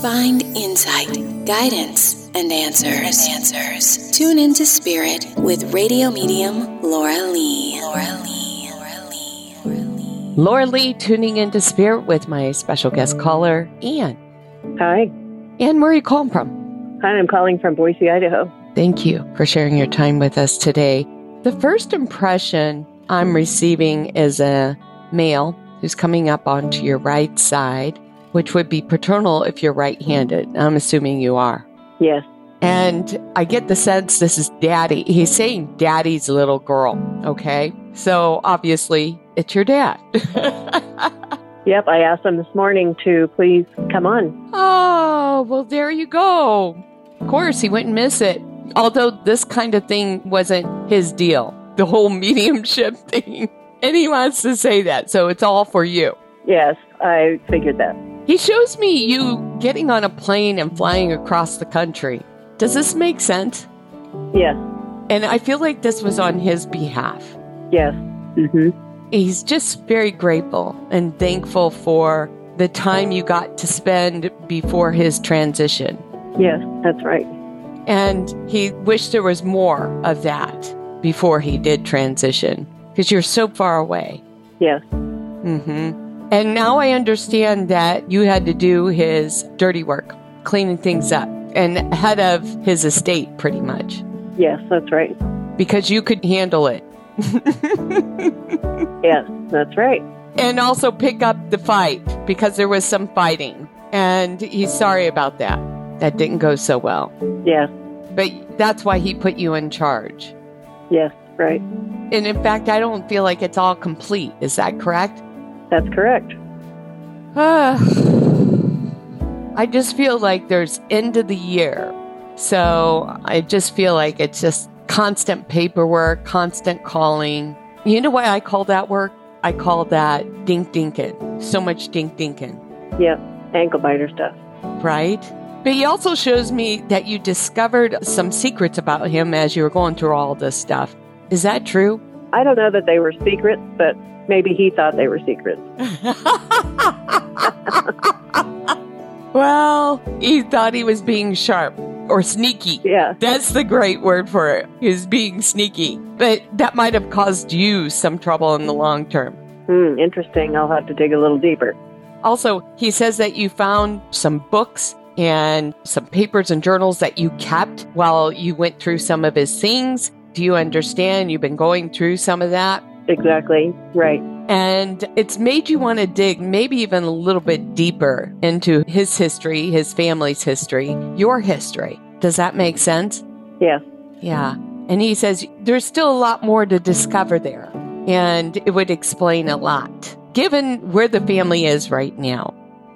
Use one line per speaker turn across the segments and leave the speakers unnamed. Find insight, guidance, and answers. answers. Tune into Spirit with radio medium Laura Lee. Laura Lee. Laura Lee. Laura Lee.
Laura Lee tuning into Spirit with my special guest caller, Ann.
Hi.
Ann, where are you calling from?
Hi, I'm calling from Boise, Idaho.
Thank you for sharing your time with us today. The first impression I'm receiving is a male who's coming up onto your right side, which would be paternal if you're right handed. I'm assuming you are.
Yes.
And I get the sense this is daddy. He's saying daddy's little girl. Okay. So obviously it's your dad.
Yep, I asked them this morning to please come on.
oh, well, there you go. Of course, he wouldn't miss it. Although this kind of thing wasn't his deal, the whole mediumship thing. And he wants to say that. So it's all for you.
Yes, I figured that.
He shows me you getting on a plane and flying across the country. Does this make sense?
Yes,
And I feel like this was on his behalf.
yes. hmm
He's just very grateful and thankful for the time you got to spend before his transition.
Yes, that's right.
And he wished there was more of that before he did transition because you're so far away.
Yes,
hmm And now I understand that you had to do his dirty work, cleaning things up, and head of his estate pretty much
yes, that's right.
because you could handle it
Yes, that's right.
and also pick up the fight because there was some fighting. And he's sorry about that. That didn't go so well.
Yes,
But that's why he put you in charge.
yes, right.
And in fact, I don't feel like it's all complete. Is that correct?
That's correct.
Ah. I just feel like there's end of the year. So I just feel like it's just constant paperwork, constant calling. You know why I call that work? I call that dink dinkin. So much dink dinkin,
Yep, ankle biter stuff.
right? But he also shows me that you discovered some secrets about him as you were going through all this stuff. Is that true?
I don't know that they were secrets, but maybe he thought they were secrets.
well, he thought he was being sharp or sneaky.
Yeah,
That's the great word for it, is being sneaky. But that might have caused you some trouble in the long term.
hmm, interesting. I'll have to dig a little deeper.
Also, he says that you found some books and some papers and journals that you kept while you went through some of his things. Do you understand? You've been going through some of that.
Exactly, right.
And it's made you want to dig maybe even a little bit deeper into his history, his family's history, your history. Does that make sense?
Yes,
Yeah. And he says there's still a lot more to discover there, and it would explain a lot given where the family is right now.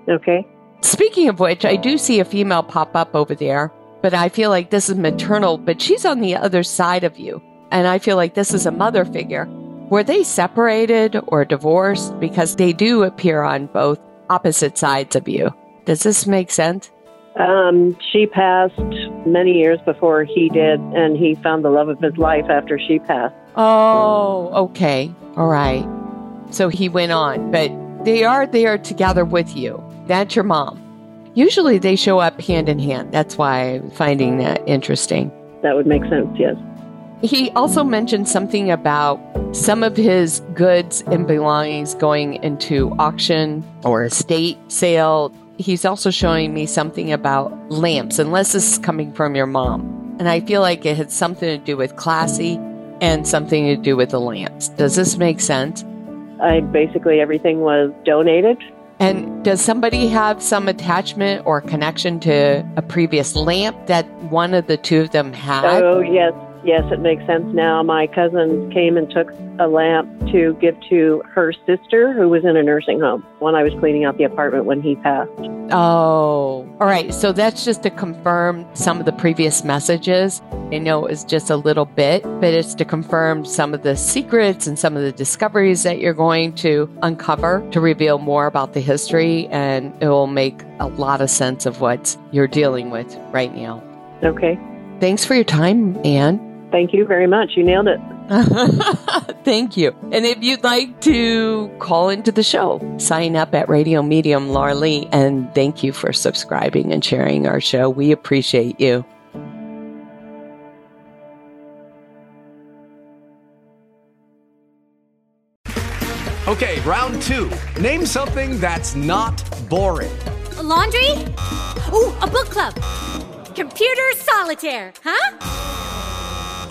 okay.
Speaking of which, I do see a female pop up over there, but I feel like this is maternal, but she's on the other side of you. And I feel like this is a mother figure. Were they separated or divorced? Because they do appear on both opposite sides of you. Does this make sense?
Um, she passed many years before he did, and he found the love of his life after she passed.
Oh, okay. All right. So he went on, but they are there together with you. That's your mom. Usually they show up hand in hand. That's why I'm finding that interesting.
That would make sense, yes.
He also mentioned something about some of his goods and belongings going into auction or estate sale. He's also showing me something about lamps, unless this is coming from your mom. And I feel like it had something to do with classy and something to do with the lamps. Does this make sense?
I basically everything was donated.
And does somebody have some attachment or connection to a previous lamp that one of the two of them had?
Oh yes, yes, it makes sense now. My cousin came and took a lamp to give to her sister who was in a nursing home when I was cleaning out the apartment when he passed.
Oh, all right. So that's just to confirm some of the previous messages. I know it was just a little bit, but it's to confirm some of the secrets and some of the discoveries that you're going to uncover to reveal more about the history. And it will make a lot of sense of what you're dealing with right now.
Okay.
Thanks for your time, Anne.
Thank you very much. You nailed it.
Thank you. And if you'd like to call into the show, sign up at Radio Medium Laura Lee. And thank you for subscribing and sharing our show. We appreciate you.
Okay, round two. Name something that's not boring.
A laundry? Ooh, a book club. Computer solitaire, huh?